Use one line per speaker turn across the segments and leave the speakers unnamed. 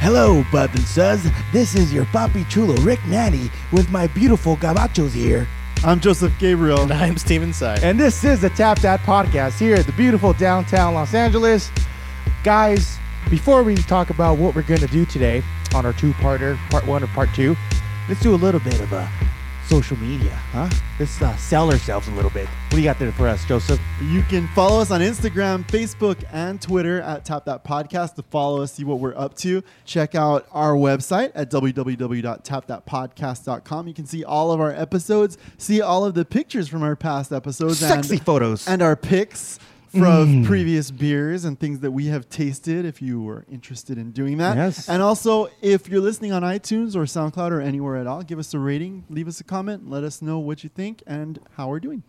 Hello, Bubs and Suds. This is your Papi Chulo Rick Natty with my beautiful gabachos here.
I'm Joseph Gabriel.
And I'm Steven Sy.
And this is the Tap That Podcast here at the beautiful downtown Los Angeles. Guys, before we talk about what we're going to do today on our two parter, part one or part two, let's do a little bit of uh, social media, huh? Let's uh, sell ourselves a little bit. What do you got there for us, Joseph?
You can follow us on Instagram, Facebook, and Twitter at Tap That Podcast to follow us, see what we're up to. Check out our website at www.tapthatpodcast.com. You can see all of our episodes, see all of the pictures from our past episodes,
Sexy
and,
photos. Mm.
and our picks from previous beers and things that we have tasted if you were interested in doing that.
Yes.
And also, if you're listening on iTunes or SoundCloud or anywhere at all, give us a rating, leave us a comment, let us know what you think and how we're doing.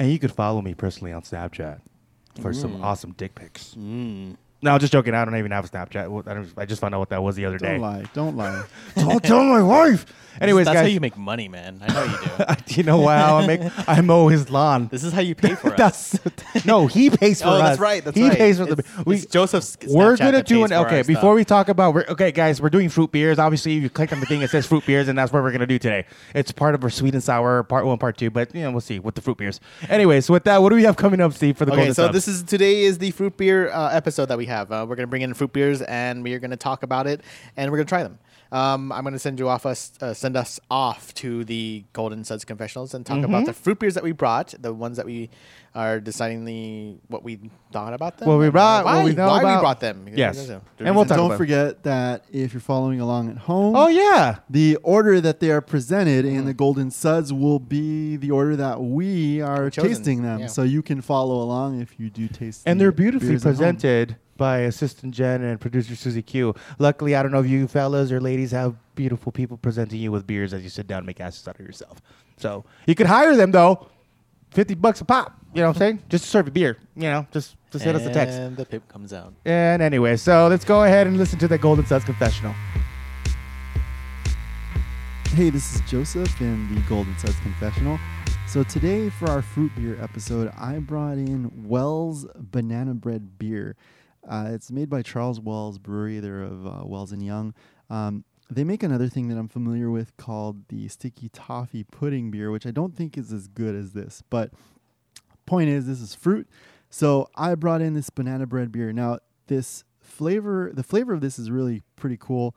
And you could follow me personally on Snapchat for
Mm.
some awesome dick pics. No, just joking. I don't even have a Snapchat. Well, I, don't, I just found out what that was the other
Don't
day.
lie. Don't lie.
Don't tell my wife. Anyways,
that's
guys,
how you make money, man. I know you do.
you know how I make? I mow his lawn.
this is how you pay for us.
That's no. He pays for
oh,
us.
that's right. That's
he
right.
pays for the.
It's- it's Joseph's.
we're
Snapchat
gonna
that
do
pays
an
for our
okay. Before
stuff.
we talk about, we're, okay, guys, we're doing fruit beers. Obviously, you click on the thing that says fruit beers, and that's what we're gonna do today. It's part of our sweet and sour part one, part two, but you know we'll see with the fruit beers. Anyways, with that, what do we have coming up, Steve? For the
Okay,
golden
so
subs?
this is today is the fruit beer uh, episode that we have. Uh, we're gonna bring in fruit beers and we are gonna talk about it and we're gonna try them. Um, I'm gonna send you off us uh, send us off to the Golden Suds Confessionals and talk
Mm-hmm.
about the fruit beers that we brought, the ones that we are deciding the what we thought about them.
What we
and
brought,
why,
what we know
why
about.
we brought them.
Yes.
and
And we'll
And
talk
don't
about it.
forget that if you're following along at home,
Oh yeah.
the order that they are presented
Hmm.
in the Golden Suds will be the order that we are
Chosen,
tasting them.
yeah.
So you can follow along if you do taste
And
the
they're beautifully
beers at home.
presented by assistant Jen and producer Susie Q. Luckily, I don't know if you fellas or ladies have beautiful people presenting you with beers as you sit down and make asses out of yourself. So you could hire them though, fifty bucks a pop. You know what I'm saying? Just to serve a beer. You know, just just hit us a text.
And the pip comes out.
And anyway, so let's go ahead and listen to the Golden Suds confessional.
Hey, this is Joseph in the Golden Suds Confessional. So today for our fruit beer episode, I brought in Wells Banana Bread Beer. Uh, it's made by Charles Wells Brewery. They're of uh, Wells and Young. Um, they make another thing that I'm familiar with called the Sticky Toffee Pudding Beer, which I don't think is as good as this, but point is this is fruit so i brought in this banana bread beer now this flavor the flavor of this is really pretty cool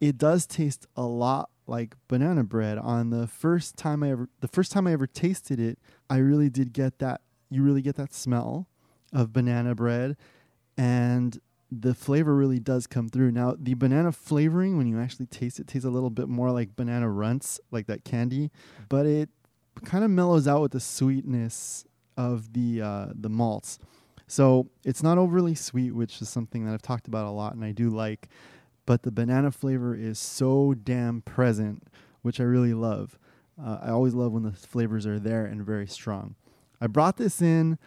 it does taste a lot like banana bread on the first time i ever the first time i ever tasted it i really did get that you really get that smell of banana bread and the flavor really does come through now the banana flavoring when you actually taste it tastes a little bit more like banana runts like that candy but it kind of mellows out with the sweetness of the uh, the malts. So it's not overly sweet, which is something that I've talked about a lot and I do like. But the banana flavor is so damn present, which I really love. Uh, I always love when the flavors are there and very strong. I brought this in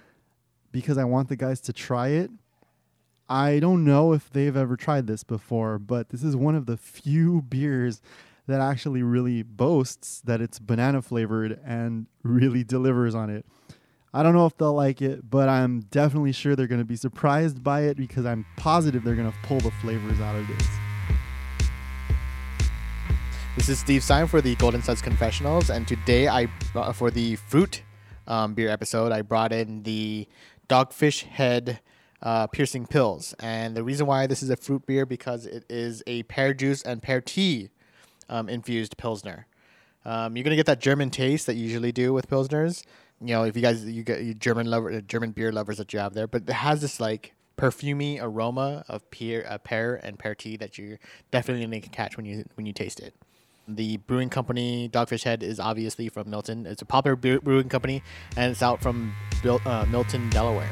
because I want the guys to try it. I don't know if they've ever tried this before, but this is one of the few beers that actually really boasts that it's banana flavored and really delivers on it. I don't know if they'll like it, but I'm definitely sure they're going to be surprised by it because I'm positive they're going to pull the flavors out of this.
This is Steve Stein for the Golden Suds Confessionals, and today I uh, for the fruit um, beer episode I brought in the Dogfish Head uh, piercing pills, and the reason why this is a fruit beer because it is a pear juice and pear tea um, infused pilsner. Um, you're gonna get that German taste that you usually do with pilsners. You know, if you guys you get you German lover, uh, German beer lovers that you have there, but it has this like perfumey aroma of pear, uh, pear and pear tea that you're definitely gonna catch when you when you taste it. The brewing company Dogfish Head is obviously from Milton. It's a popular beer brewing company, and it's out from Bil- uh, Milton, Delaware.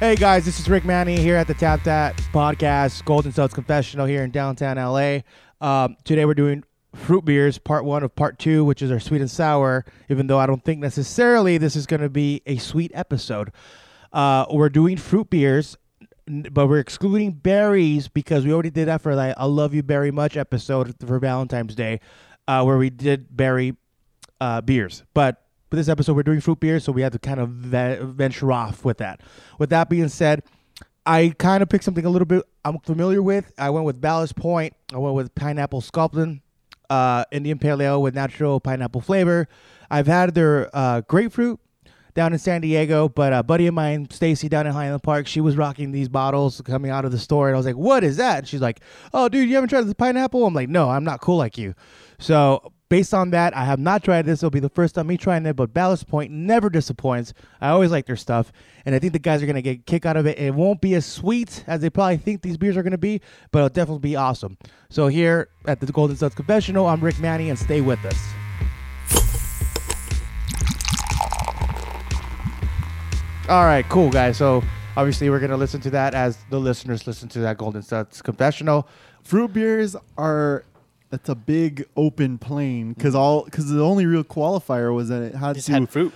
Hey guys, this is Rick Manny here at the Tap That Podcast, Golden Suds Confessional here in downtown LA. Um, today we're doing fruit beers, part one of part two, which is our sweet and sour. Even though I don't think necessarily this is going to be a sweet episode, uh, we're doing fruit beers, n- but we're excluding berries because we already did that for the "I Love You Very Much" episode for Valentine's Day, uh, where we did berry uh, beers. But for this episode, we're doing fruit beers, so we have to kind of ve- venture off with that. With that being said, I kind of picked something a little bit I'm familiar with. I went with Ballast Point. I went with pineapple sculpin, uh, Indian Pale Ale with natural pineapple flavor. I've had their uh, grapefruit down in San Diego, but a buddy of mine, Stacy, down in Highland Park, she was rocking these bottles coming out of the store, and I was like, "What is that?" And she's like, "Oh, dude, you haven't tried the pineapple?" I'm like, "No, I'm not cool like you." So based on that, I have not tried this. It'll be the first time me trying it, but Ballast Point never disappoints. I always like their stuff, and I think the guys are going to get a kick out of it. It won't be as sweet as they probably think these beers are going to be, but it'll definitely be awesome. So here at the Golden Suns Confessional, I'm Rick Manny, and stay with us. All right, cool, guys. So obviously, we're going to listen to that as the listeners listen to that Golden Suns Confessional.
Fruit beers are it's a big open plane because all because the only real qualifier was that it had
Just
to
had fruit.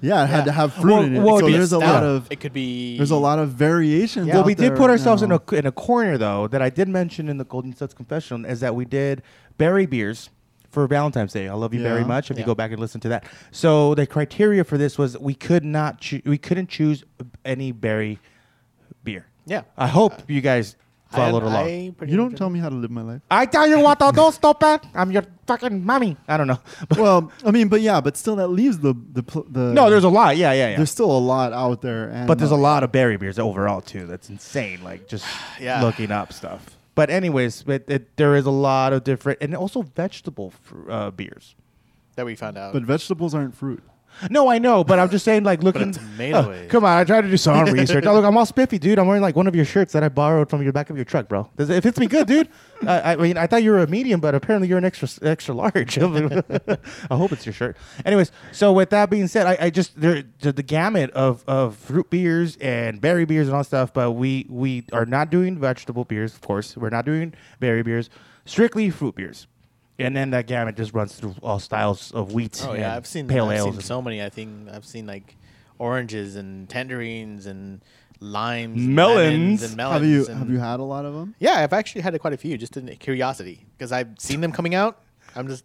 yeah it had
Yeah.
to have fruit
Well-
in it.
well,
so
it'd be a
there's a lot
Stout.
of
It could be.
Oh, there's a lot of variations.
Well,
out
we
there
did put
right
ourselves
now.
in a in a corner though that I did mention in the Golden Suds confessional is that we did berry beers for Valentine's Day. I love you very
Yeah.
much. If you
Yeah.
go back and listen to that, so the criteria for this was we could not choo- we couldn't choose any berry beer.
Yeah.
I hope you guys
I-
followed along.
I pretty
You
much
don't
did.
tell me how to live my life.
I tell you what, I'll do stupid. I'm your fucking mommy. I don't know. But,
well, I mean, but yeah, but still, that leaves the the pl- the
no, there's a lot. Yeah, yeah, yeah.
there's still a lot out there. And
But there's
uh,
a lot of berry beers overall too. That's insane. Like just
Yeah.
looking up stuff. But anyways, but it, there is a lot of different and also vegetable fr- uh, beers.
that we found out.
But vegetables aren't fruit.
No, I know, but I'm just saying like looking. Uh,
tomato is.
come on, I tried to do some research. Oh, look, I'm all spiffy, dude. I'm wearing like one of your shirts that I borrowed from your back of your truck, bro. Does it, it fits me good, dude. I, I mean, I thought you were a medium, but apparently you're an extra extra large. I hope it's your shirt. Anyways, so with that being said, I, I just there the, the gamut of of fruit beers and berry beers and all stuff, but we we are not doing vegetable beers, of course. We're not doing berry beers. Strictly fruit beers. And then that gamut just runs through all styles of wheat.
Oh
and
yeah, I've seen
pale
I've
ales.
seen
and-
so many. I think I've seen like oranges and tangerines and limes,
Melons.
and lemons and melons.
Have you
and-
have you had a lot of them?
Yeah, I've actually had quite a few just in curiosity because I've seen them coming out. I'm just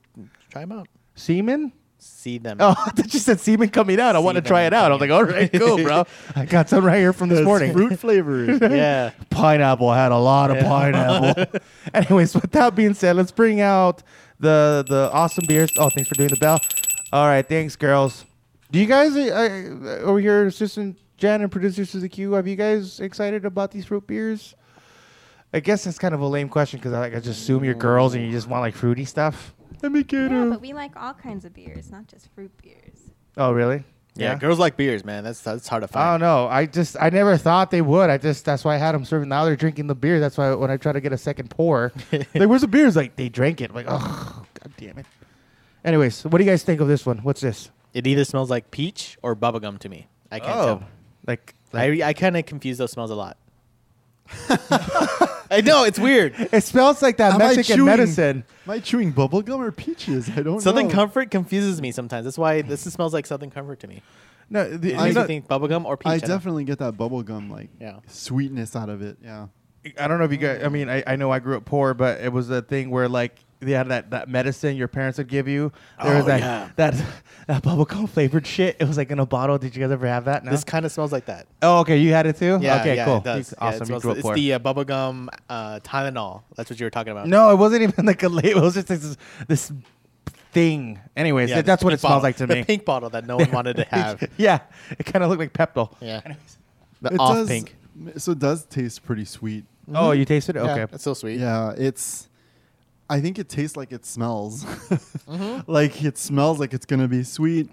try them out,
Semen?
see them.
Oh, I thought you said semen coming out. I want to
Semen
try it out. I was like,
coming
all right, cool, bro. I got some right here from this morning.
fruit flavors.
yeah.
Pineapple I had a lot of pineapple. Anyways, with that being said, let's bring out the the awesome beers. Oh, thanks for doing the bell. All right, thanks, girls. Do you guys uh, uh, over here, assistant Jan and producer Suzuki? Have you guys excited about these fruit beers? I guess that's kind of a lame question because I like I just assume you're girls and you just want like fruity stuff. Let me get
Yeah,
her.
but we like all kinds of beers, not just fruit beers.
Oh, really?
yeah, Girls like beers, man. That's that's hard to
I don't
find.
know. I just I never thought they would. I just that's why I had them serving. Now they're drinking the beer. That's why when I try to get a second pour, like where's the beer? It's like they drank it. I'm like oh god damn it. Anyways, what do you guys think of this one? What's this?
It either smells like peach or bubblegum to me. I can't
Oh.
tell.
like like
I I kind of confuse those smells a lot. I know it's weird.
it smells like that
Am I
Mexican
chewing-
medicine.
Am I chewing bubble gum or peaches? I don't
Southern
know.
Comfort confuses me sometimes. That's why this smells like Southern Comfort to me.
No, the,
It
I
makes me
know-
think bubblegum or peach.
I
don't-
definitely get that bubble gum like
Yeah.
sweetness out of it. Yeah.
I don't know if you guys. I mean, I, I know I grew up poor, but it was a thing where like they had that, that medicine your parents would give you. There was
Oh,
that
yeah.
that that bubblegum flavored shit. It was like in a bottle. Did you guys ever have that? No?
This kind of smells like that.
oh, okay. You had it too.
Yeah,
okay,
yeah,
cool.
It does. Yeah, it
Awesome. you
smells-
grew up
it's
poor.
the uh, bubblegum uh, Tylenol. That's what you were talking about.
No, it wasn't even like a label. It was just this, this thing. Anyways,
Yeah,
that-
the
that's what
pink
it smells
bottle.
like to me.
The pink bottle that no one wanted to have.
yeah, it kind of looked like Pepto.
Yeah.
Anyways.
The
It
off
does-
pink.
So it does taste pretty sweet.
Oh, you tasted it?
Yeah,
Okay.
That's so sweet.
Yeah, it's. I think it tastes like it smells.
Mm-hmm.
Like it smells like it's gonna be sweet.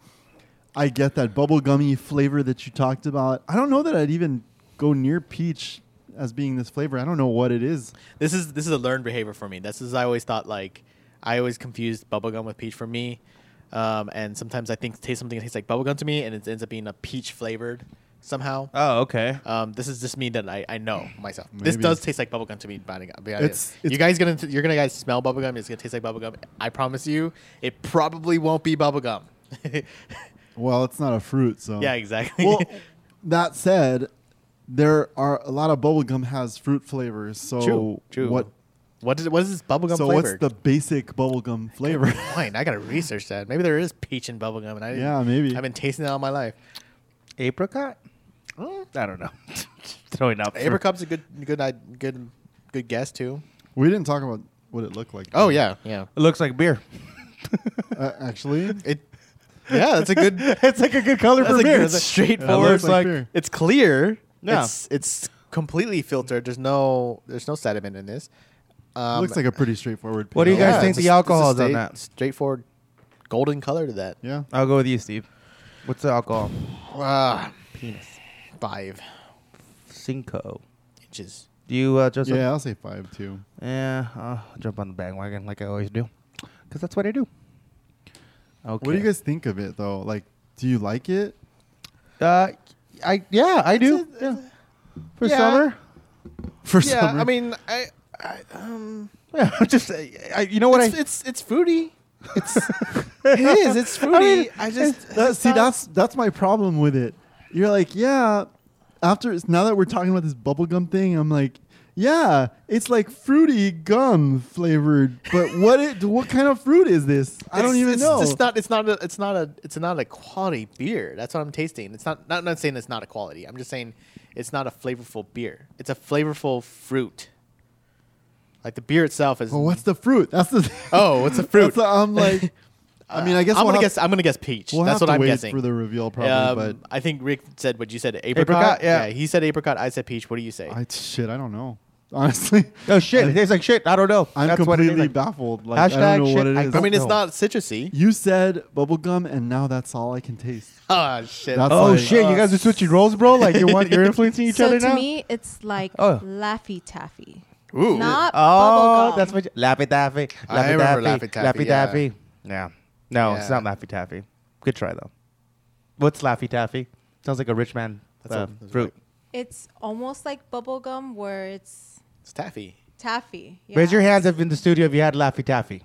I get that bubblegummy flavor that you talked about. I don't know that I'd even go near peach as being this flavor. I don't know what it is.
This is this is a learned behavior for me. This is I always thought like I always confused bubblegum with peach for me. Um, and sometimes I think taste something that tastes like bubblegum to me and it ends up being a peach flavored somehow.
Oh, okay.
Um, this is just me that I, I know myself. This
Maybe.
does taste like bubblegum to me. but I- I'll be
It's-
honest.
it's-
you guys gonna you're gonna guys smell bubblegum. It's gonna taste like bubblegum. I promise you, it probably won't be bubblegum.
Well, it's not a fruit, so
yeah, exactly.
Well, that said, there are a lot of bubblegum has fruit flavors. So
true, true.
what?
What is what is this bubblegum
So
flavored?
what's the basic bubblegum flavor?
Fine, I gotta research that. Maybe there is peach in bubblegum, and I didn't-
Yeah, maybe.
I've been tasting that all my life.
Mm.
Apricot? I don't know. throwing out. fruit.
Apricot's a good, good, i- good, good guess too.
We didn't talk about what it looked like.
Oh yeah, yeah.
It looks like beer.
uh, actually,
It, yeah, that's a good.
it's like a good color
That's
for
a
beer.
good
It's like-
straightforward.
looks
it's,
like
like,
beer.
it's clear.
Yeah.
It's it's completely filtered. There's no there's no sediment in this. Um,
looks like a pretty straightforward.
What do you
pale
guys
ale.
think
it's
the
a- it's a
alcohol is on
straight-
that?
Straightforward, golden color to that.
Yeah,
I'll go with you, Steve. What's the alcohol?
Ah, penis. Five
Cinco.
inches.
Do you, uh, Joseph?
yeah, I'll say five too.
Yeah, Eh, I'll jump on the bandwagon like I always do, because that's what I do. Okay.
What do you guys think of it though? Like, do you like it?
Uh, I yeah, I do. yeah. For
yeah.
summer.
For
yeah,
summer,
I mean, I, I um,
Yeah, just uh, I, you know what
it's,
I.
it's it's fruity. It's it is. It's fruity. I,
mean,
just
That- see, that's that's my problem with it. You're like, yeah. After it's- now that we're talking about this bubblegum thing, I'm like, yeah, it's like fruity gum flavored. But what it what kind of fruit is this? I don't
It's-
even
it's,
know.
It's not. It's not. A, it's not a. It's not a quality beer. That's what I'm tasting. It's not. Not. I'm not saying it's not a quality. I'm just saying it's not a flavorful beer. It's a flavorful fruit. Like the beer itself is.
Well, what's the fruit? That's the
Oh, it's a fruit.
That's the- I'm like, I mean, I guess
I'm
we'll
gonna
have-
guess. I'm gonna guess peach.
We'll
That's
have
what
to
I'm
wait
guessing.
for the reveal, probably.
Um, I think Rick said what you said. Apricot.
Apricot, yeah.
He said apricot. I said peach. What do you say?
but I shit, I don't know. Honestly,
Oh shit! It tastes like shit. I don't know.
I'm
That's what it
completely
tastes like.
baffled. Like, I
Hashtag
don't know
shit,
what it
I
is.
I mean, it's
No.
not citrusy.
you said bubblegum, and now that's all I can taste.
Oh shit.
That's
Oh
like- uh,
shit! You guys are switching roles, bro. Like you want you're influencing each
so
other
to
now.
me, it's like
Oh.
Laffy Taffy.
Ooh.
Not
oh,
bubblegum.
that's what you, Laffy Taffy. Laffy
I remember
Taffy,
Laffy Taffy,
Laffy
yeah.
Taffy. Yeah. No, it's
Yeah.
not Laffy Taffy. Good try though. What's Laffy Taffy? Sounds like a rich man
That's
uh,
a- that's
fruit.
It's almost like bubblegum where it's
It's taffy.
taffy. Yeah.
Raise your hands if in the studio if you had Laffy Taffy.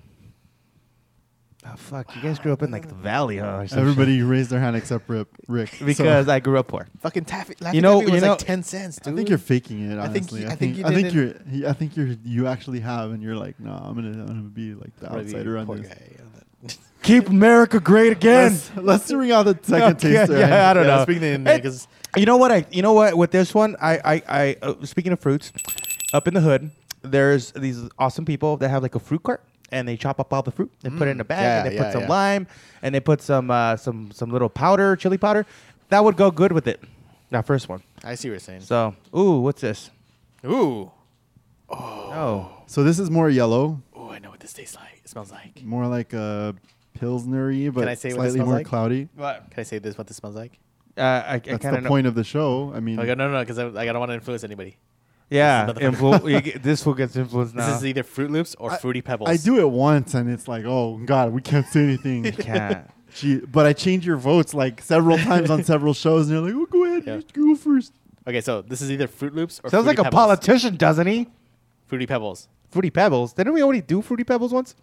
Oh fuck! You guys grew up in like the valley, huh? or some
Everybody raised their hand except Rip, Rick.
shit. Because I grew up poor.
Fucking taffy. Laffy
You know-
Taffy was
you know-
like ten cents,
so,
dude.
I think you're faking it.
I think
Honestly,
you-
I
I think
think
you
I think,
didn't-
you're he- I think you're you actually have, and you're like, no, I'm gonna I'm gonna be like the
Maybe
outsider on
poor
this.
guy on that.
Keep America great again.
Let's, let's ring out the second
Okay,
taster.
yeah,
right?
I don't
yeah,
know.
Speak the name there,
It-
'cause-
you know what? I you know what? With this one, I I, I uh, speaking of fruits, up in the hood, there's these awesome people that have like a fruit cart. And they chop up all the fruit. They put it in a bag. and
yeah,
they
yeah,
put some
yeah.
lime, and they put some uh, some some little powder, chili powder. That would go good with it. That first one.
I see what you're saying.
So, ooh, what's this?
Ooh.
Oh,
So this is more yellow,
Ooh, I know what this tastes like. It smells like. Can
more like a pilsnery, but
I say what it
slightly
smells
more
like?
cloudy.
what?
I say this? What this smells like?
Uh, I, I
That's
kind
the
of know.
point of the show. I mean,
Like, no, no, no, because I, like, I don't want to influence anybody.
Yeah,
This is
influ- you get- this will get influenced now.
This is either Fruit Loops or Fruity Pebbles.
I do it once, and it's like, oh god, we can't say anything.
Can't.
Gee, but I change your votes like several times on several shows, and you're like, oh, go ahead,
Yeah.
you go first.
Okay, so this is either Fruit Loops or
Sounds
Fruity
like a
Pebbles.
politician, doesn't he?
Fruity Pebbles.
Fruity Pebbles. Didn't we already do Fruity Pebbles once?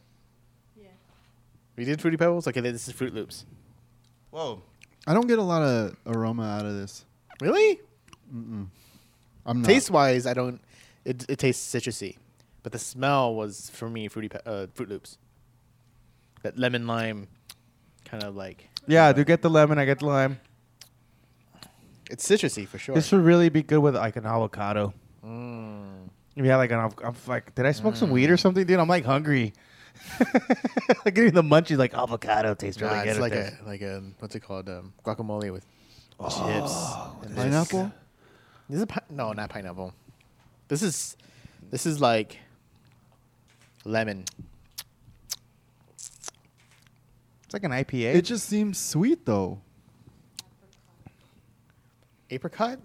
We did Fruity Pebbles. Okay, then this is Fruit Loops.
Whoa.
I don't get a lot of aroma out of this.
Really?
I'm not.
Taste wise, I don't. It, it tastes citrusy, but the smell was for me Fruity Pe- uh, Fruit Loops. That lemon lime, kind of like
Yeah, I do get the lemon. I get the lime.
it's citrusy for sure.
This would really be good with like an avocado.
Mm.
If you had like an, av- I'm like, did I smoke some weed or something, dude? I'm like hungry. like giving the munchies, like avocado tastes
Nah,
really good.
it's
with
like
this. Oh,
a like a what's it called um, guacamole with chips. and
pineapple.
This is pi- no, not pineapple. This is this is like lemon.
it's like an IPA.
It just seems sweet though.
Apricot?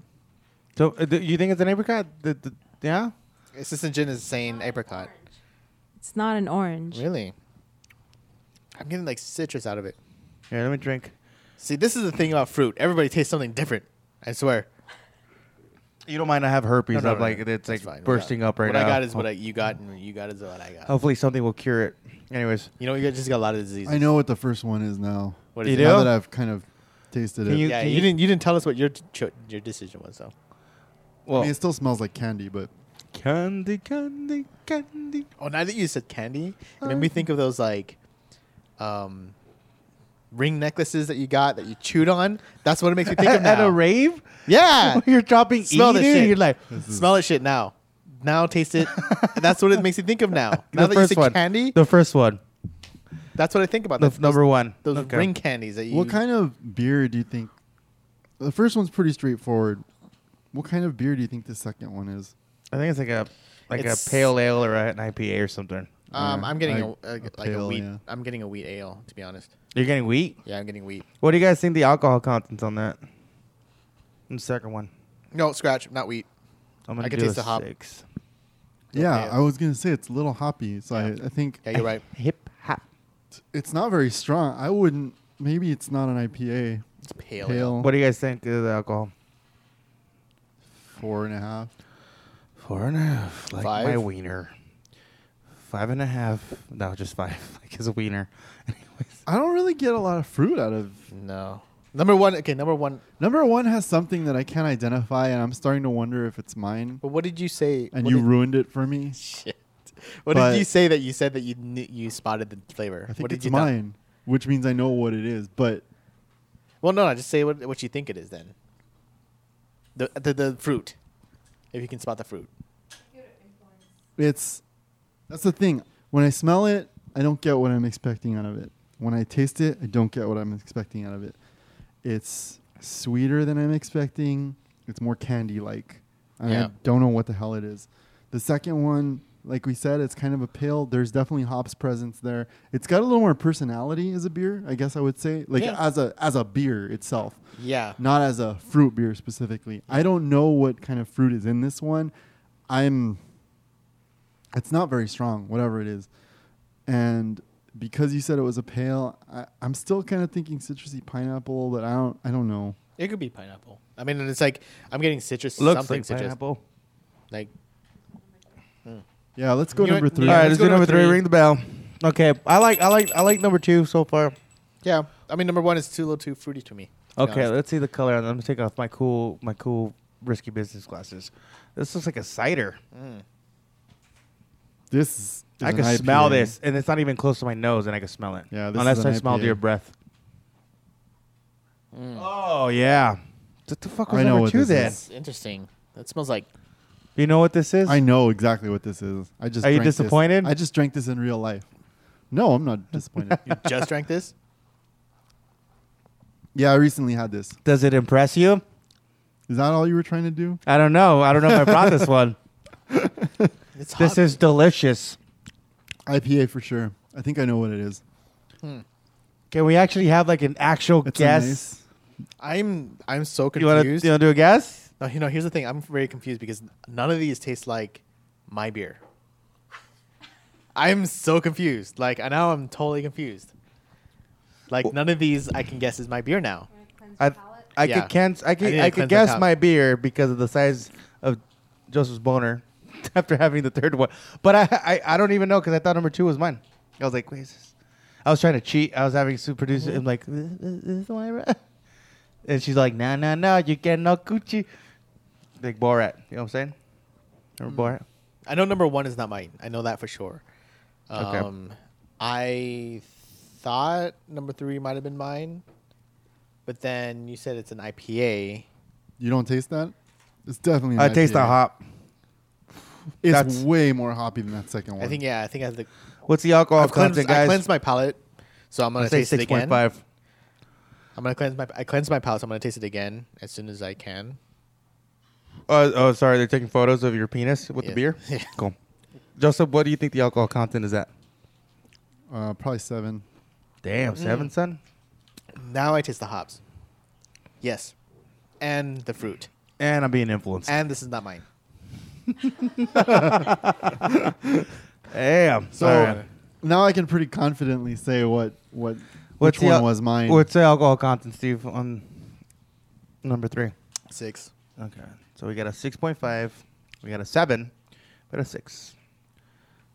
so uh, do you think it's an apricot? The, the, yeah.
Assistant Jin is saying apricot.
It's not an orange.
Really? I'm getting like citrus out of it.
Here, let me drink.
See, this is the thing about fruit. Everybody tastes something different. I swear.
You don't mind? I have herpes.
No, no,
I'm
no,
like
no.
it's
That's
like
fine. What
bursting
I-
up right
what
now.
I got is what I, you got, and you got is what I got.
Hopefully, something will cure it. Anyways,
You know, you just got a lot of diseases.
I know what the first one is now.
What is
You
it?
do?
Now that I've kind of tasted
Can
it.
you-
Yeah, you didn't. You didn't tell us what your cho- your decision was, though.
I
well,
mean, it still smells like candy, but
candy, candy, candy.
Uh. Oh, now that you said candy, it made me think of those like, um, ring necklaces that you got that you chewed on. That's what it makes me think of
At
now.
a rave?
yeah.
You're dropping
Smell
E,
this
dude,
shit.
You're like,
Smell that shit now. Now taste it. that's what it makes me think of now.
the
Now that you
first
say
one.
candy,
The first one.
that's what I think about.
The
That's
f- number one.
Those
Okay.
ring candies that you.
What kind of beer do you think? The first one's pretty straightforward. What kind of beer do you think the second one is?
I think it's like a like
It's-
a pale ale or a- an IPA or something.
Um,
Yeah,
I'm getting
like
a, a,
a
like a
pale,
wheat.
yeah.
I'm getting a wheat ale, to be honest.
You're getting wheat.
Yeah, I'm getting wheat.
What do you guys think the alcohol content's on that? The second one.
No scratch, not wheat.
I'm gonna
I can
do a
taste the hop.
six.
Yeah,
ale.
I was gonna say it's a little hoppy, so I, I think
Yeah, you're right.
Hip hop.
it's not very strong. I wouldn't. Maybe it's not an IPA.
It's pale. ale.
Pale,
What do you guys think of the alcohol?
four and a half.
Four and a half, like
Five?
my wiener. Five and a half. No, just five, like his wiener. Anyways,
I don't really get a lot of fruit out of.
No. Number one. Okay, number one.
Number one has something that I can't identify, and I'm starting to wonder if it's mine.
But what did you say?
And
what
you
did,
ruined it for me.
shit. What
But-
did you say that you said that you knew, you spotted the flavor?
I
what
think
did
it's
you thought-
mine, which means I know what it is. But
Well, no, no. Just say what what you think it is then. The the, the fruit, if you can spot the fruit.
it's that's the thing. When I smell it, I don't get what I'm expecting out of it. When I taste it, I don't get what I'm expecting out of it. It's sweeter than I'm expecting. It's more candy like.
Yeah.
I don't know what the hell it is. The second one, like we said, it's kind of a pale. There's definitely hops presence there. It's got a little more personality as a beer, I guess I would say. Like
Yeah.
as a as a beer itself
Yeah.
not as a fruit beer specifically. I don't know what kind of fruit is in this one. I'm it's not very strong, whatever it is. And because you said it was a pale, I, I'm still kind of thinking citrusy pineapple, but I don't I don't know.
It could be pineapple. I mean, and it's like I'm getting citrus.
looks
something
like
citrus.
pineapple.
Like
Yeah, let's go
You know
number
what?
three.
All right, let's
let's go
do
to
number three.
three.
Ring the bell. Okay, I like I like I like number two so far.
yeah. I mean, number one is too little too fruity to me. to be
Okay,
honest.
let's see the color. I'm gonna take off my cool my cool risky business glasses. This looks like a cider.
This is
I
an
can smell
IPA.
this, and it's not even close to my nose, and I can smell it.
Yeah, this
unless
is
I
an
smelled
IPA. Mm.
your breath. Oh yeah, what the fuck was
I know
number
what
two
this
then?
is.
It's interesting. That smells like
You know what this is?
I know exactly what this is. I just
Are you
drank this.
disappointed?
I just drank this in real life. No, I'm not disappointed.
you just drank this.
yeah, I recently had this.
Does it impress you?
Is that all you were trying to do?
I don't know. I don't know if I brought this one.
It's hot.
This is delicious.
IPA for sure. I think I know what it is.
Can we actually have like an actual
It's a
guess?
nice-
I'm I'm
You
so
want to you
confused.
wanna do a guess?
No, you know, here's the thing. I'm very confused because none of these taste like my beer. I'm so confused. Like, I now I'm totally confused. Like, none of these I can guess is my beer now.
I I
Yeah.
could can I
I
could
need
I,
to
could
cleanse my
guess
palate.
my beer because of the size of Joseph's boner after having the third one. But I I, I don't even know because I thought number two was mine. I was like, wait, is this? I was trying to cheat. I was having to produce
Mm-hmm.
it. I'm like, this, this this is the one I read. And she's like, no, no, no, you get no coochie. Like Borat, you know what I'm saying? Remember
Mm-hmm.
Borat?
I know number one is not mine. I know that for sure.
Okay.
Um, I thought number three might have been mine, but then you said it's an IPA.
You don't taste that? It's definitely. an
I taste the
IPA.
hop.
It's
That's-
way more hoppy than that second one.
I think, yeah, I think I have the.
What's the alcohol
I've cleansed,
content,
I
guys?
cleansed my palate, so I'm going
I
to
say
taste it
six
again.
point five.
I'm gonna cleanse my I cleanse my palate. So I'm gonna taste it again as soon as I can.
Oh, oh, sorry. They're taking photos of your penis with the
Yeah.
beer.
Yeah.
Cool. Joseph, what do you think the alcohol content is at?
uh, probably seven. Mm.
Damn, seven, son.
Now I taste the hops. Yes, and the fruit.
And I'm being influenced.
And this is not mine.
Damn.
So now I can pretty confidently say what what which one
al-
was mine.
What's the alcohol content, Steve, on number three?
Six.
Okay. So we got a six point five, we got a seven, but a six.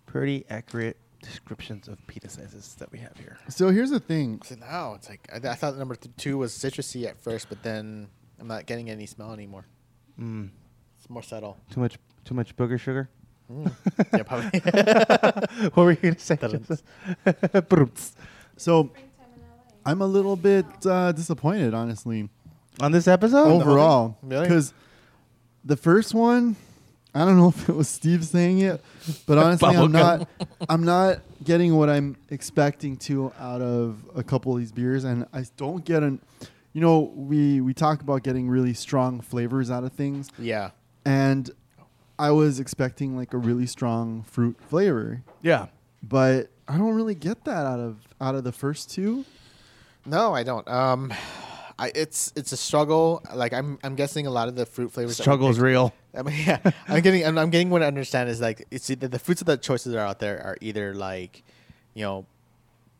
Pretty accurate descriptions of pita sizes that we have here.
so here's the thing.
So now it's like I, I thought number th- two was citrusy at first, but then I'm not getting any smell anymore.
Mm.
It's more subtle.
Too much, too much booger sugar. Mm.
yeah, probably.
what were you gonna say?
That is-
Joseph? Brooms.
So I'm a little bit uh, disappointed, honestly,
on this episode.
overall,
Really?
because the first one, I don't know if it was Steve saying it, but honestly, I'm not, I'm not getting what I'm expecting to out of a couple of these beers, and I don't get an, you know, we we talk about getting really strong flavors out of things,
Yeah.
and I was expecting like a really strong fruit flavor,
Yeah.
but I don't really get that out of out of the first two.
No, I don't. Um, I, it's it's a struggle. Like I'm I'm guessing a lot of the fruit flavors. that we
Struggle's
picked-
real.
I mean, yeah, I'm getting. I'm, I'm getting what I understand is like it's either the fruits of the choices that are out there are either like, you know,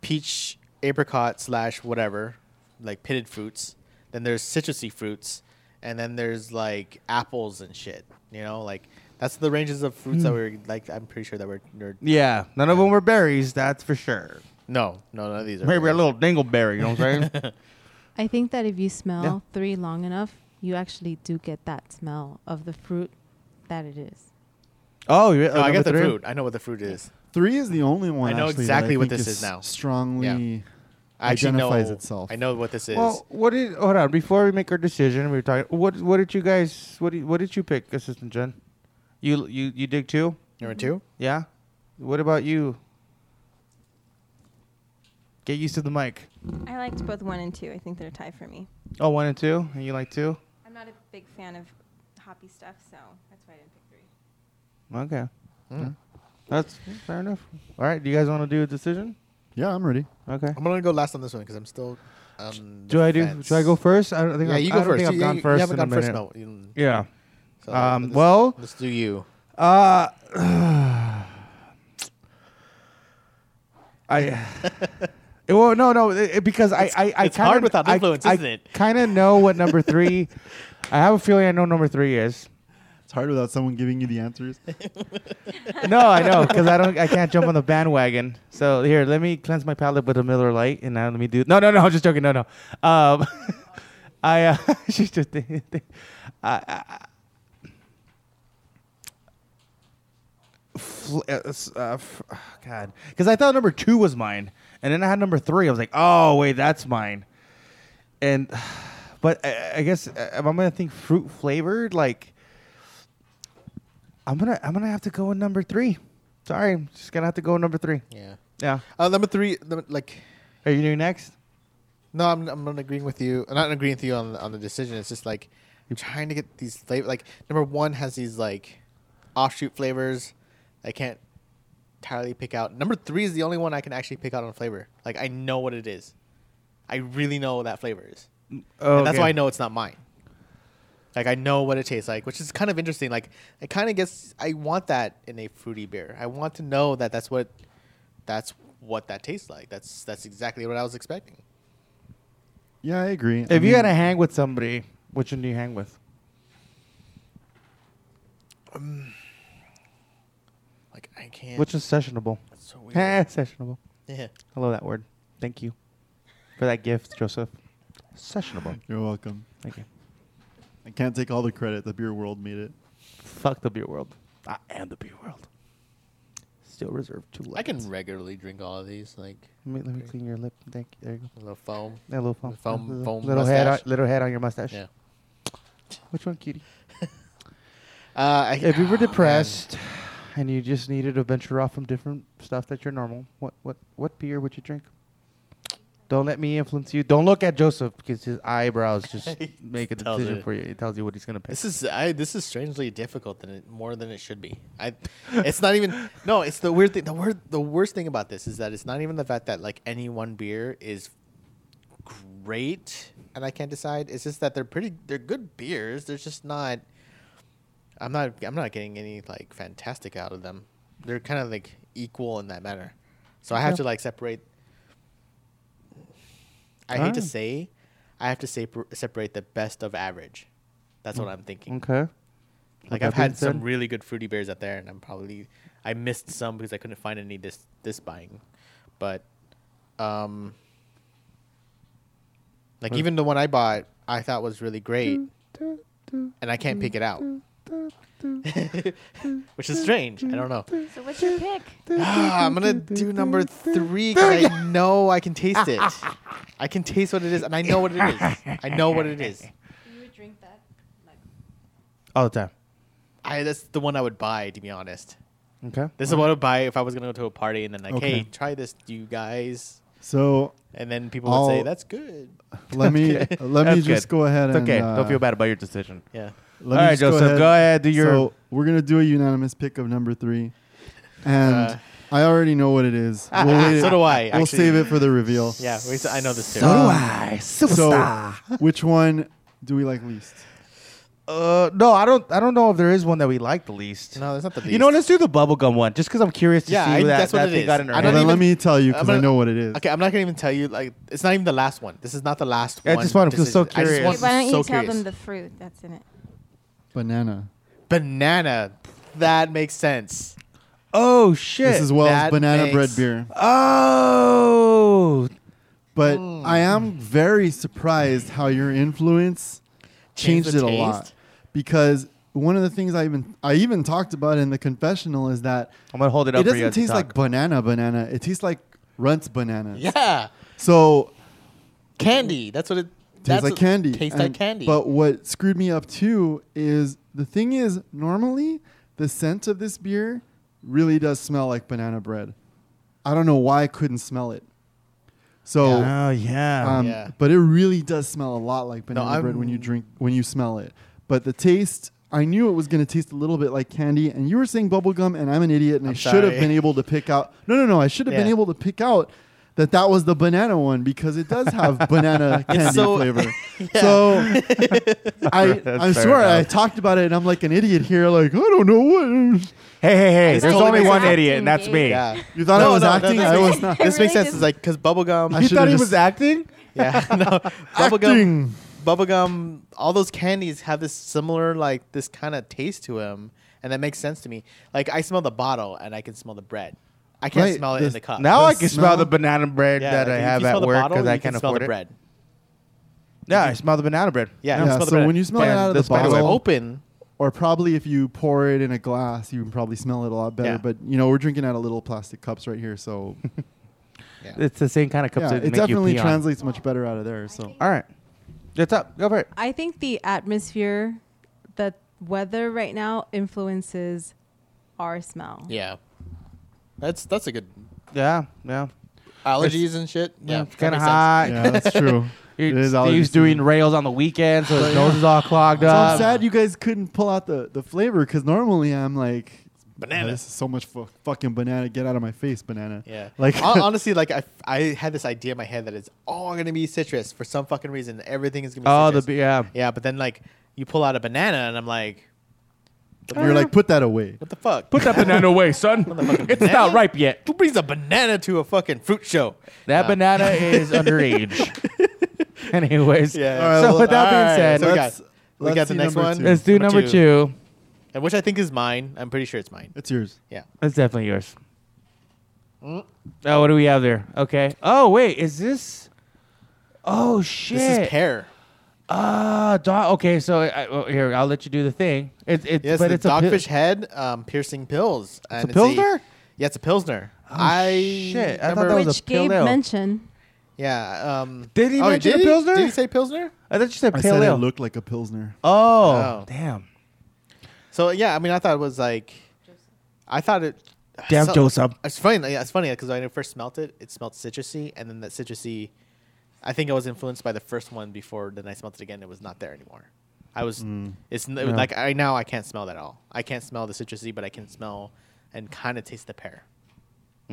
peach, apricot slash whatever, like pitted fruits. Then there's citrusy fruits, and then there's like apples and shit. You know, like that's the ranges of fruits
Hmm.
that we're like. I'm pretty sure that we're. we're
Yeah. None of them were berries, that's for sure.
no, no, none of these are.
Maybe a little dingleberry. You know what I'm saying?
I think that if you smell
Yeah.
three long enough, you actually do get that smell of the fruit that it is.
oh, yeah.
No, I
number
got the
three?
fruit. I know what the fruit is.
Three is the only one.
I know
actually, that
exactly what
think
this is now.
Strongly.
I actually
Identifies
know-
itself.
I know what this is.
Well, what did hold on before we make our decision? We were talking. What what did you guys? What did, what did you pick, Assistant Jen? You you you dig too?
Number two.
Yeah. What about you? Get used to the mic.
I liked both one and two. I think they're a tie for me.
Oh, one and two, and you like two.
I'm not a big fan of hoppy stuff, so that's why I didn't pick three.
Okay. That's fair enough. All right. Do you guys want to do a decision?
Yeah, I'm ready.
Okay.
I'm gonna go last on this one because I'm still. Um,
Do I do? Should I go first? I don't think.
Yeah,
I've,
you
I
go
don't
first.
Think I've
You-
gone
you- you
first
haven't
in
gone
a
first,
minute.
no. You-
Yeah.
so,
Um,
let's-
well-
let's do you.
Uh, I. it- well, no, no, it, it- because I, I, I
it's
kinda,
hard without influence,
I,
isn't it?
I kind of know what number three. I have a feeling I know number three is.
It's hard without someone giving you the answers.
No, I know because I don't. I can't jump on the bandwagon. So here, let me cleanse my palate with a Miller Light, and now let me do. No, no, no. I'm just joking. No, no. Um, I. Uh, she's just. I, I, Fl- uh, s- uh, f- ah, God, because I thought number two was mine, and then I had number three. I was like, oh wait, that's mine. And, but I, I guess uh, if I'm gonna think fruit flavored, like. I'm gonna I'm gonna have to go with number three. Sorry, I'm just gonna have to go with number three.
Yeah.
Yeah.
Uh, number three. number- like,
Are you doing next?
no, I'm I'm not agreeing with you. I'm not agreeing with you on on the decision. It's just like I'm trying to get these flavor. Like number one has these like offshoot flavors. I can't entirely pick out. Number three is the only one I can actually pick out on flavor. Like I know what it is. I really know what that flavor is.
Oh,
And that's why I know it's not mine. Like I know what it tastes like, which is kind of interesting. Like I kind of guess I want that in a fruity beer. I want to know that that's what that's what that tastes like. That's that's exactly what I was expecting.
Yeah, I agree.
If you gotta hang with somebody, which one do you hang with?
Like I can't.
Which is sessionable?
That's so
Eh,
weird.
sessionable.
yeah.
I love that word. Thank you for that gift, Joseph. Sessionable.
you're welcome.
Thank you.
I can't take all the credit. The beer world made it.
Fuck the beer world. I am the beer world. Still reserved two
I
left.
can regularly drink all of these. Like
Let me, let me clean your lip. Thank you. There you go.
a little foam.
A little foam.
Foam-
little,
foam
little head. On,
mustache.
little head on your mustache.
Yeah.
Which one, cutie?
Uh, I,
If you
oh,
were
man.
depressed and you just needed to venture off from different stuff that you're normal, what what what beer would you drink? Don't let me influence you. Don't look at Joseph because his eyebrows just make a
Tells
decision
it.
for you. It tells you what he's gonna pick.
This is I. This is strangely difficult than it, more than it should be. I. It's not even. No, it's the weird thing. The word. The worst thing about this is that it's not even the fact that like any one beer is great, and I can't decide. It's just that they're pretty. They're good beers. They're just not. I'm not. I'm not getting any like fantastic out of them. They're kind of like equal in that manner. So I have
Okay.
to like separate. I hate to
Alright.
say, I have to separ- separate the best of average. That's what I'm thinking.
Mm. okay.
Like
With that
I've
being
had some
said-
really good fruity beers out there, and I'm probably I missed some because I couldn't find any this this buying, but um, like even the one I bought, I thought was really great, and I can't pick it out. which is strange. I don't know.
So what's your pick?
Ah, I'm gonna do number three because I know I can taste it. I can taste what it is, and I know what it is. I know what it is.
You would drink that. Like,
all the time.
I that's the one I would buy to be honest.
Okay.
This is what I would buy if I was gonna go to a party and then like,
Okay.
hey, try this, you guys,
So
and then people would
Oh.
say
I'll-
that's good.
let me
Okay.
let me
That's
just
good.
go ahead
It's
and
okay.
uh,
Don't feel bad about your decision.
Yeah.
Let me
All right,
just
Joseph, go ahead, do your-
So we're gonna do a unanimous pick of number three, and
Uh.
I already know what it is. We'll wait-
So do I,
We'll
actually.
save it for the reveal.
Yeah, we, I know this too.
So do
Um,
I.
So
Superstar.
which one do we like least?
Uh, no, I don't. I don't know if there is one that we like the least.
no, that's not the least.
You know, let's do the bubblegum one, just because I'm curious to
Yeah,
see
I-
who that,
that's what
that
it
thing
is.
got in her
I
Well,
don't
head.
then
even-
let me tell you because
I'm
I
gonna-
know what it is.
Okay, I'm not gonna even tell you. Like, it's not even the last one. This is not the last
I
one.
just want to feel
This
so
is- I just
curious.
want-
Wait, why don't
so
you tell
curious.
them the fruit that's in it?
Banana.
banana? That makes sense.
Oh shit!
This is Wells
that
banana bread
makes-
beer.
oh,
But
Mm.
I am very surprised how your influence
Changed
changed
the
it a lot
taste?
because one of the things I even I even talked about in the confessional is that
I'm gonna hold it up.
it
for you
doesn't
as you
taste like
talk.
banana banana. It tastes like Runt's banana.
Yeah,
So
candy. That's what it.
tastes
that's
like
what-
candy.
Tastes
And-
like candy.
But what screwed me up too is the thing is normally the scent of this beer really does smell like banana bread. I don't know why I couldn't smell it. So
Oh yeah.
um,
Yeah.
but it really does smell a lot like banana
I'm-
bread when you drink when you smell it. But the taste I knew it was going to taste a little bit like candy, and you were saying bubblegum, and I'm an idiot, and i
I'm
should have
sorry.
been able to pick out. No, no, no, I should have been
Yeah.
able to pick out that that was the banana one because it does have banana candy
so-
flavor. So I, I
fair
swear I
enough.
talked about it, and I'm like an idiot here, like I don't know what.
hey, hey, hey!
It's
There's
totally
only one
acting
idiot, and that's me.
yeah.
You thought I
No,
was
no,
acting?
that
I
makes-
was not.
This makes
It really
sense. It's
does-
like because bubblegum.
I
You
should've
thought he
just-
was acting?
Yeah, no. Bubblegum,
Acting.
bubblegum, all those candies have this similar, like, this kind of taste to them. And that makes sense to me. Like, I smell the bottle and I can smell the bread. I can't
Right,
smell it
the-
in the cup.
Now
The
I can smell
smell?
the banana bread
Yeah,
that
like,
I
if
have
you smell
at
the
work
bottle,
because
you
I can't
smell
afford
the
it.
bread.
Yeah, I smell the banana bread.
Yeah,
Yeah,
you smell the
so
bread.
when you smell it
And
out of
the
the,
spider
bottle,
It's
web.
open.
or probably if you pour it in a glass, you can probably smell it a lot better.
Yeah.
But you know, we're drinking out of little plastic cups right here, so
It's the same kind of cup
yeah,
that
it
make
definitely
you pee on.
translates much better out of there. So
All right, it's up. Go for it.
I think the atmosphere, the weather right now influences our smell.
Yeah. That's that's a good.
Yeah, yeah.
Allergies and shit. Yeah.
It's kind of hot.
yeah, that's true.
It-
It is allergy
Steve's doing
season.
rails on the weekend, so his nose is all clogged
So
up.
I'm sad you guys couldn't pull out the the flavor because normally I'm like.
Banana.
"Oh, This is so much fu- fucking banana. Get out of my face, banana.
Yeah.
Like,
Hon- honestly, like I, I had this idea in my head that it's all gonna be citrus for some fucking reason. Everything is gonna be
Oh, the
citrus.
be- yeah.
Yeah, but then like you pull out a banana and I'm like,
you're like, put that away.
what the fuck?
Put that banana away, son. It's not ripe yet.
Who brings a banana to a fucking fruit show?
That
Nah.
banana is underage. Anyways,
Yeah.
All right,
so
well,
with that
all
being
right,
said,
so we
let's-
got we
let's
got the
see
next
number
one.
two.
let's do number two.
and which I think is mine. I'm pretty sure it's mine.
It's yours.
Yeah.
That's definitely yours.
Mm.
Oh, what do we have there? Okay. Oh wait, is this? Oh shit.
This is pear.
Ah, dog. Okay, so I, oh, here I'll let you do the thing. It, it,
Yes,
but
the
it's a pi-
dogfish head um, piercing pills. And
pilsner? Oh,
yeah, it's a pilsner. I
shit. I thought
remember-
Oh, that was a
Which Gabe
pale ale.
mentioned.
yeah. Um,
Did he
oh,
mention
did
a
he?
pilsner?
Did he say pilsner?
I thought you said
I
pale
said
ale.
it looked like a pilsner.
oh,
Oh.
damn,
So yeah, I mean, I thought it was like, I thought it.
damn,
so-
Joseph.
It's funny. Yeah, it's funny because when I first smelt it, it smelled citrusy, and then that citrusy, I think I was influenced by the first one before. Then I smelt it again; it was not there anymore. I was. It's n-
Yeah.
like I now I can't smell that at all. I can't smell the citrusy, but I can smell and kind of taste the pear.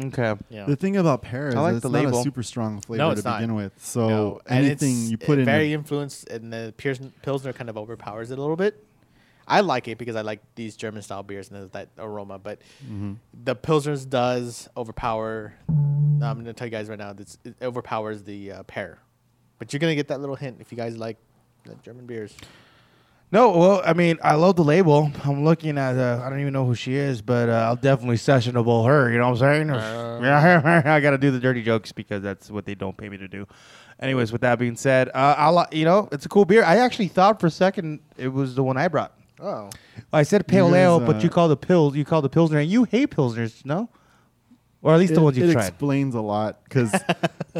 Okay.
You know?
The thing about pear is
I like
it's
the
not
label.
a super strong flavor
No,
to
it's not.
begin with. So
No, and it's
anything you put in
very
a-
influenced, and the Piers- Pilsner kind of overpowers it a little bit. I like it because I like these German style beers and there's that aroma, but
Mm-hmm.
the Pilsner's does overpower. I'm going to tell you guys right now, this, it overpowers the uh, pear. But you're going to get that little hint if you guys like the German beers.
No, well, I mean, I love the label. I'm looking at, uh, I don't even know who she is, but uh, I'll definitely sessionable her. You know what I'm saying? Yeah, I got to do the dirty jokes because that's what they don't pay me to do. Anyways, with that being said, uh, I li- you know, it's a cool beer. I actually thought for a second it was the one I brought.
Oh,
I said pale
guys,
ale, but
uh,
you call the pills. You call the pilsner, and you hate pilsners, no? Or at least the ones
it
you've tried.
explains a lot because,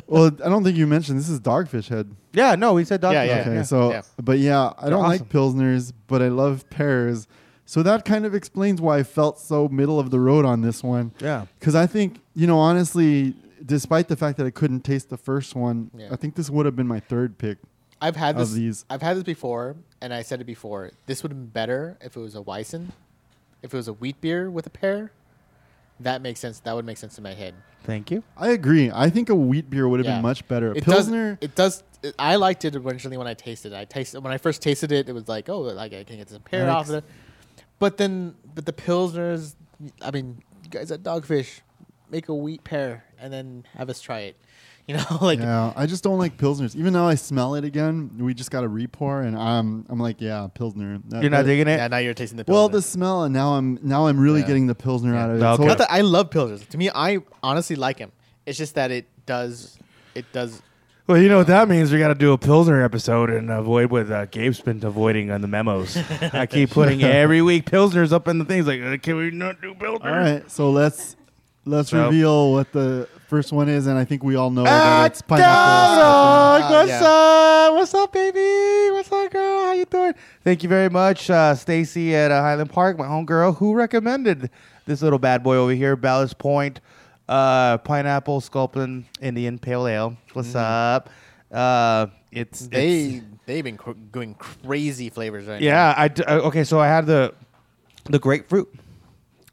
well, I don't think you mentioned this is Dogfish Head.
yeah, no, we said dog.
Yeah, yeah,
Okay, so
yeah.
but yeah, I
They're
don't
awesome.
like pilsners, but I love pears. So that kind of explains why I felt so middle of the road on this one.
Yeah.
Because I think you know, honestly, despite the fact that I couldn't taste the first one,
Yeah.
I think this would have been my third pick.
I've had
Of
this.
these.
I've had this before, and I said it before. This would have been better if it was a Weissen, if it was a wheat beer with a pear. That makes sense. That would make sense in my head.
Thank you.
I agree. I think a wheat beer would have
Yeah.
been much better. A
It
pilsner,
does. It does. It, I liked it originally when I tasted it. I tasted when I first tasted it. It was like, oh, like I can get some pear off of it. But then, but the pilsners. I mean, you guys at Dogfish, make a wheat pear and then have us try it. You know, like
yeah, I just don't like pilsners. Even now I smell it again. We just got a repour, and I'm I'm like, yeah, pilsner. That-
You're not
that-
digging it.
yeah. Now you're tasting the. Pilsner.
Well, the smell, and now I'm now I'm really
Yeah.
getting the pilsner out of it.
Okay.
So
Yeah.
Not that I love Pilsners. To me, I honestly like him. It's just that it does, it does.
Well, you know what that means. We got to do a pilsner episode and avoid what uh, Gabe's been avoiding on the memos. I keep putting every week pilsners up in the things. Like, uh, can we not do pilsners?
All right, so let's let's
So-
reveal what the first one is, and I think we all know that it's
It's
pineapple.
Ah,
What's
yeah.
up? What's up, baby? What's up, girl? How you doing? Thank you very much, uh, Stacy at uh, Highland Park, my homegirl, who recommended this little bad boy over here, Ballast Point uh, Pineapple Sculpin Indian Pale Ale. What's up? Uh, it's it's-
They they've been cr- going crazy flavors right now.
yeah. I d- uh, okay. So I had the the grapefruit.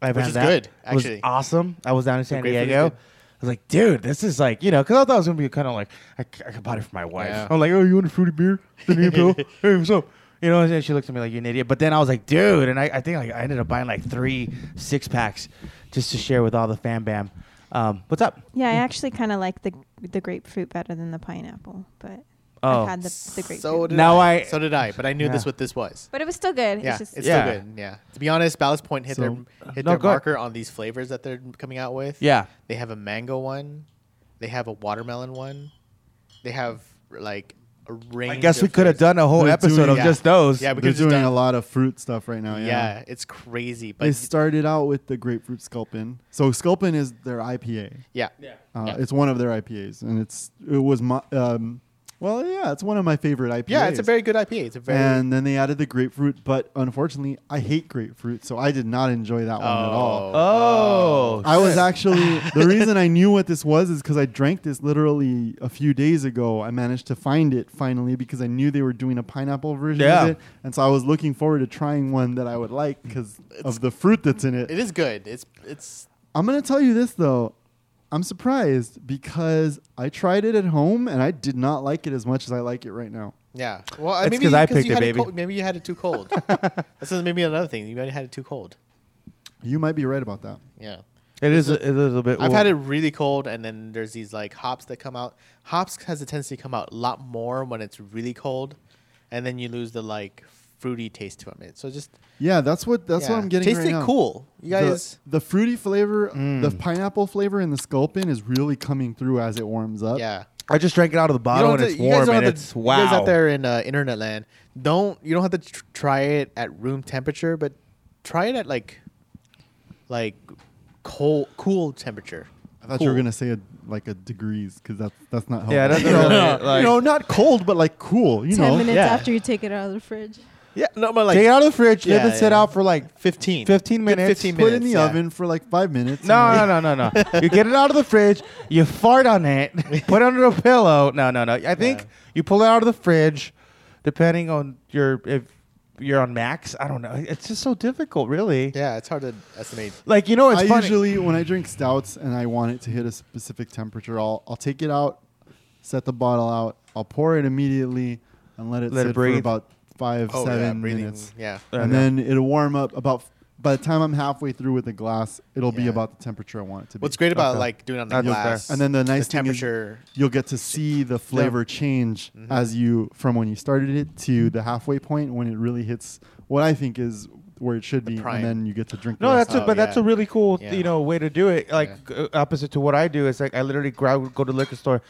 I've
Which
had
is
that.
good,
It was
actually.
awesome. I was down in San
grapefruit is
Diego. I
good.
was like, dude, this is like, you know, because I thought it was gonna be kind of like, I, c- I bought it for my wife.
Yeah.
I'm like, oh, you want a fruity beer? The new pill? Hey, what's up? You know, and she looks at me like you're an idiot. But then I was like, dude, and I, I think like, I ended up buying like three six packs just to share with all the fam bam. Um, what's up?
Yeah,
Hmm.
I actually kind of like the the grapefruit better than the pineapple, but
Oh.
I've had the, the grapefruit.
So did
Now
I,
I-
So did I. But I knew
Yeah.
this what this was.
but it was still good.
Yeah,
It's
it's,
just
still
Yeah.
good. Yeah. To be honest, Ballast Point hit
So-
their hit
No,
their
go ahead.
marker on these flavors that they're coming out with.
Yeah.
They have a mango one. They have a watermelon one. They have like a range.
I guess we
of
could have
flavors.
done a whole
They're
episode
doing-
of
yeah.
just those.
Yeah, we
They're
could have
doing a
done.
lot of fruit stuff right now. Yeah.
Yeah, it's crazy. But
They started out with the grapefruit sculpin. So sculpin is their IPA.
yeah,
Uh,
Yeah.
It's one of their IPAs, and it's it was my um, well, yeah, it's one of my favorite IPAs.
yeah, it's a very good IPA. It's a very
and then they added the grapefruit, but unfortunately, I hate grapefruit, so I did not enjoy that one at all.
Oh,
Oh,
I was actually the reason I knew what this was is because I drank this literally a few days ago. I managed to find it finally because I knew they were doing a pineapple version
Yeah.
of it, and so I was looking forward to trying one that I would like because of the fruit that's in it.
Oh. It is good. It's it's
I'm gonna tell you this though, I'm surprised because I tried it at home and I did not like it as much as I like it right now.
yeah. Well, I
That's
maybe
'cause I picked
you
it,
had
baby.
cold- maybe you had it too cold. this is maybe another thing. You might have had it too cold.
You might be right about that.
Yeah.
it is a, it is a bit.
I've had
warm.
it really cold, and then there's these like hops that come out. Hops has a tendency to come out a lot more when it's really cold, and then you lose the like fruity taste from it. So just
Yeah, that's what that's
yeah.
what I'm getting.
Taste
right
it
now.
cool, you
The-
guys. Mm.
the, fruity flavor, the pineapple flavor, and the sculpin is really coming through as it warms up.
yeah.
I just drank it out of the
You
bottle
don't
and
have
it's
to- you guys
warm
don't
and
have to-
it's wow.
You guys out there in uh, internet land, don't you don't have to tr- try it at room temperature, but try it at like like cold cool temperature.
I thought you were
Cool.
gonna say a, like a degrees because that's that's not how.
Yeah,
it
that's
works.
not
No,
really, like,
you know, not cold, but like cool. You
ten
know,
minutes
yeah.
after you take it out of the fridge.
Yeah, no, but like
take it out of the fridge, let
Yeah,
it sit
yeah.
out for like.
15.
15
Good
minutes.
15
put it in the
minutes, yeah.
oven for like five minutes.
No,
and-
no, no, no, no. you get it out of the fridge, you fart on it, put it under the pillow. No, no, no. I think
Yeah.
you pull it out of the fridge, depending on your if you're on max. I don't know. It's just so difficult, really.
Yeah, it's hard to estimate.
Like you know, Oh, it's
I
funny.
usually when I drink stouts and I want it to hit a specific temperature, I'll I'll take it out, set the bottle out, I'll pour it immediately, and let it
Let it
sit
breathe.
for about five
Oh,
seven
yeah, breathing.
minutes,
Yeah.
Yeah,
and
yeah.
then it'll warm up. About by the time I'm halfway through with the glass, it'll be
Yeah.
about the temperature I want it to be.
What's great about
Okay.
like doing it on the
That's
glass,
fair.
And then the nice thing is-
temperature. Mm-hmm.
You'll get to see the flavor change as you from when you started it to the halfway point when it really hits what I think is where it should be,
prime.
and then you get to drink. the
No,
rest
that's a,
of
Oh,
it.
but that's a
yeah.
really cool
Yeah.
you know way to do it. Like uh, opposite to what I do, it's like I literally grab, go to the liquor store,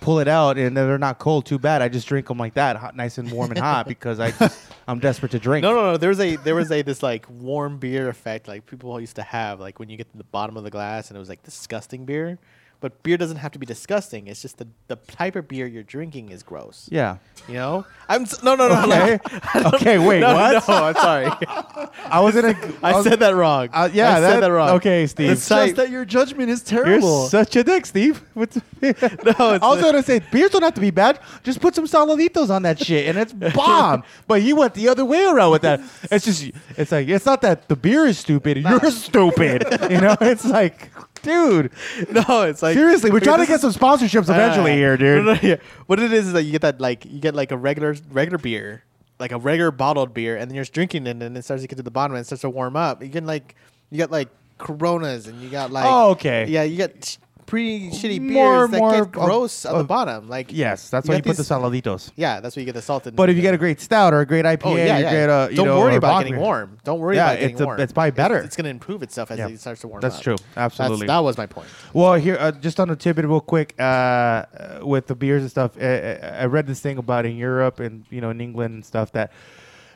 pull it out, and they're not cold. Too bad. I just drink them like that, hot, nice and warm and hot, because I just, I'm desperate to drink.
No, no, no. There was a there was a this like warm beer effect like people used to have like when you get to the bottom of the glass and it was like disgusting beer, but beer doesn't have to be disgusting. It's just the the type of beer you're drinking is gross.
Yeah.
You know, I'm s- no, no, no.
Okay.
like- I don't-
Okay, wait,
no,
what?
No, I'm sorry.
I was gonna.
I
was-
said that wrong.
Uh, yeah,
I said that wrong.
Okay, Steve.
It's
It's
like-
just that your judgment is
You're
terrible.
such a dick, Steve. What's no,
No, it's
I was
the-
gonna say beers don't have to be bad. Just put some saladitos on that shit, and it's bomb. but you went the other way around with that. It's just, it's like it's not that the beer is stupid. You're stupid. you know, it's like, dude.
No, it's like
seriously, we're
okay,
trying to
this Uh,
get some sponsorships
No, no, no,
eventually
no.
here, dude.
No, no, yeah. What it is is that you get that like you get like a regular regular beer, like a regular bottled beer, and then you're just drinking it, and then it starts to get to the bottom and it starts to warm up. You can like you got like Coronas and you got like
Oh, okay.
yeah you got sh- pretty shitty beers
More-
that
more
get
of-
gross at the
of-
bottom. Like
Yes, that's why you
got
put the
these-
saladitos.
Yeah, that's where you get the salted.
But if you get a great stout or a great IPA,
oh yeah,
or a
yeah.
great, uh, you
don't
know, or
worry
a
about
bock
getting
beer.
warm. Don't worry
Yeah,
about getting
it's a-
warm.
it's probably better.
It's, going to improve itself as
Yeah.
it starts to warm
That's
up.
true. Absolutely.
That's, that was my point.
Well, here, uh, just on a tidbit, real quick, uh, uh, with the beers and stuff, uh, uh, I read this thing about in Europe and you know in England and stuff that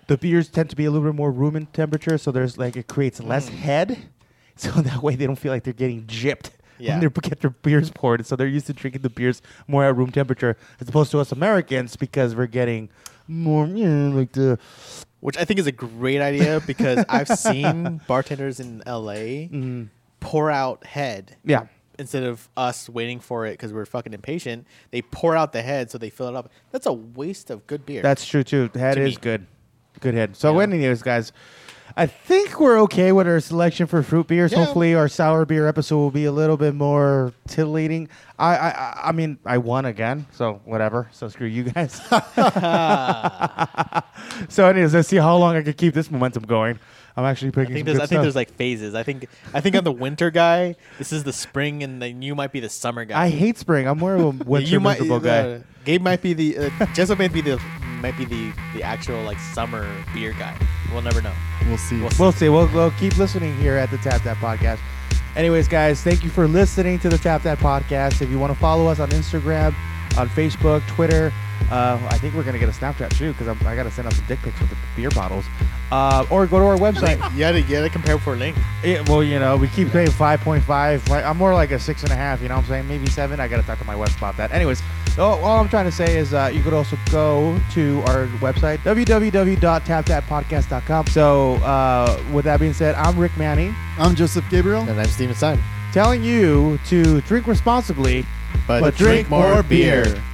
the beers tend to be a little bit more room in temperature, so there's like it creates less head, so that way they don't feel like they're getting gypped.
Yeah.
When they get their beers poured, so they're used to drinking the beers more at room temperature, as opposed to us Americans because we're getting more you know, like the
which I think is a great idea because I've seen bartenders in LA pour out head.
Mm-hmm. Yeah.
Instead of us waiting for it because we're fucking impatient, they pour out the head so they fill it up. That's a waste of good beer.
That's true too. Head
To
is
me.
good. Good head. So
Yeah.
anyways, guys, I think we're okay with our selection for fruit beers.
Yeah.
Hopefully our sour beer episode will be a little bit more titillating. I I I- I mean I won again, so whatever. So screw you guys. so anyways, let's see how long I can keep this momentum going. I'm actually
I
picking
think
some
there's
good
I
stuff.
think there's like phases. I think I think I'm the winter guy. This is the spring, and then you might be the summer guy.
I hate spring. I'm more of a winter
you might
miserable guy.
uh, Gabe might be the uh, Jessup might be the might be the the actual like summer beer guy. We'll never know.
We'll see.
We'll
We'll see. We'll, we'll keep listening here at the Tap That Podcast. Anyways, guys, thank you for listening to the Tap That Podcast. If you want to follow us on Instagram, on Facebook, Twitter, uh, I think we're gonna get a Snapchat too because I gotta send out some dick pics with the beer bottles. Uh, or go to our website.
You gotta, you gotta compare for link.
Yeah, well, you know, we keep saying 5.5. Like, I'm more like a six and a half, you know what I'm saying? Maybe seven. I got to talk to my wife about that. Anyways, all, all I'm trying to say is uh, you could also go to our website, www.tapthatpodcast.com. So, uh, with that being said, I'm Rick Manny
I'm Joseph Gabriel.
And I'm Steven Stein.
telling you to drink responsibly,
But, drink, more beer.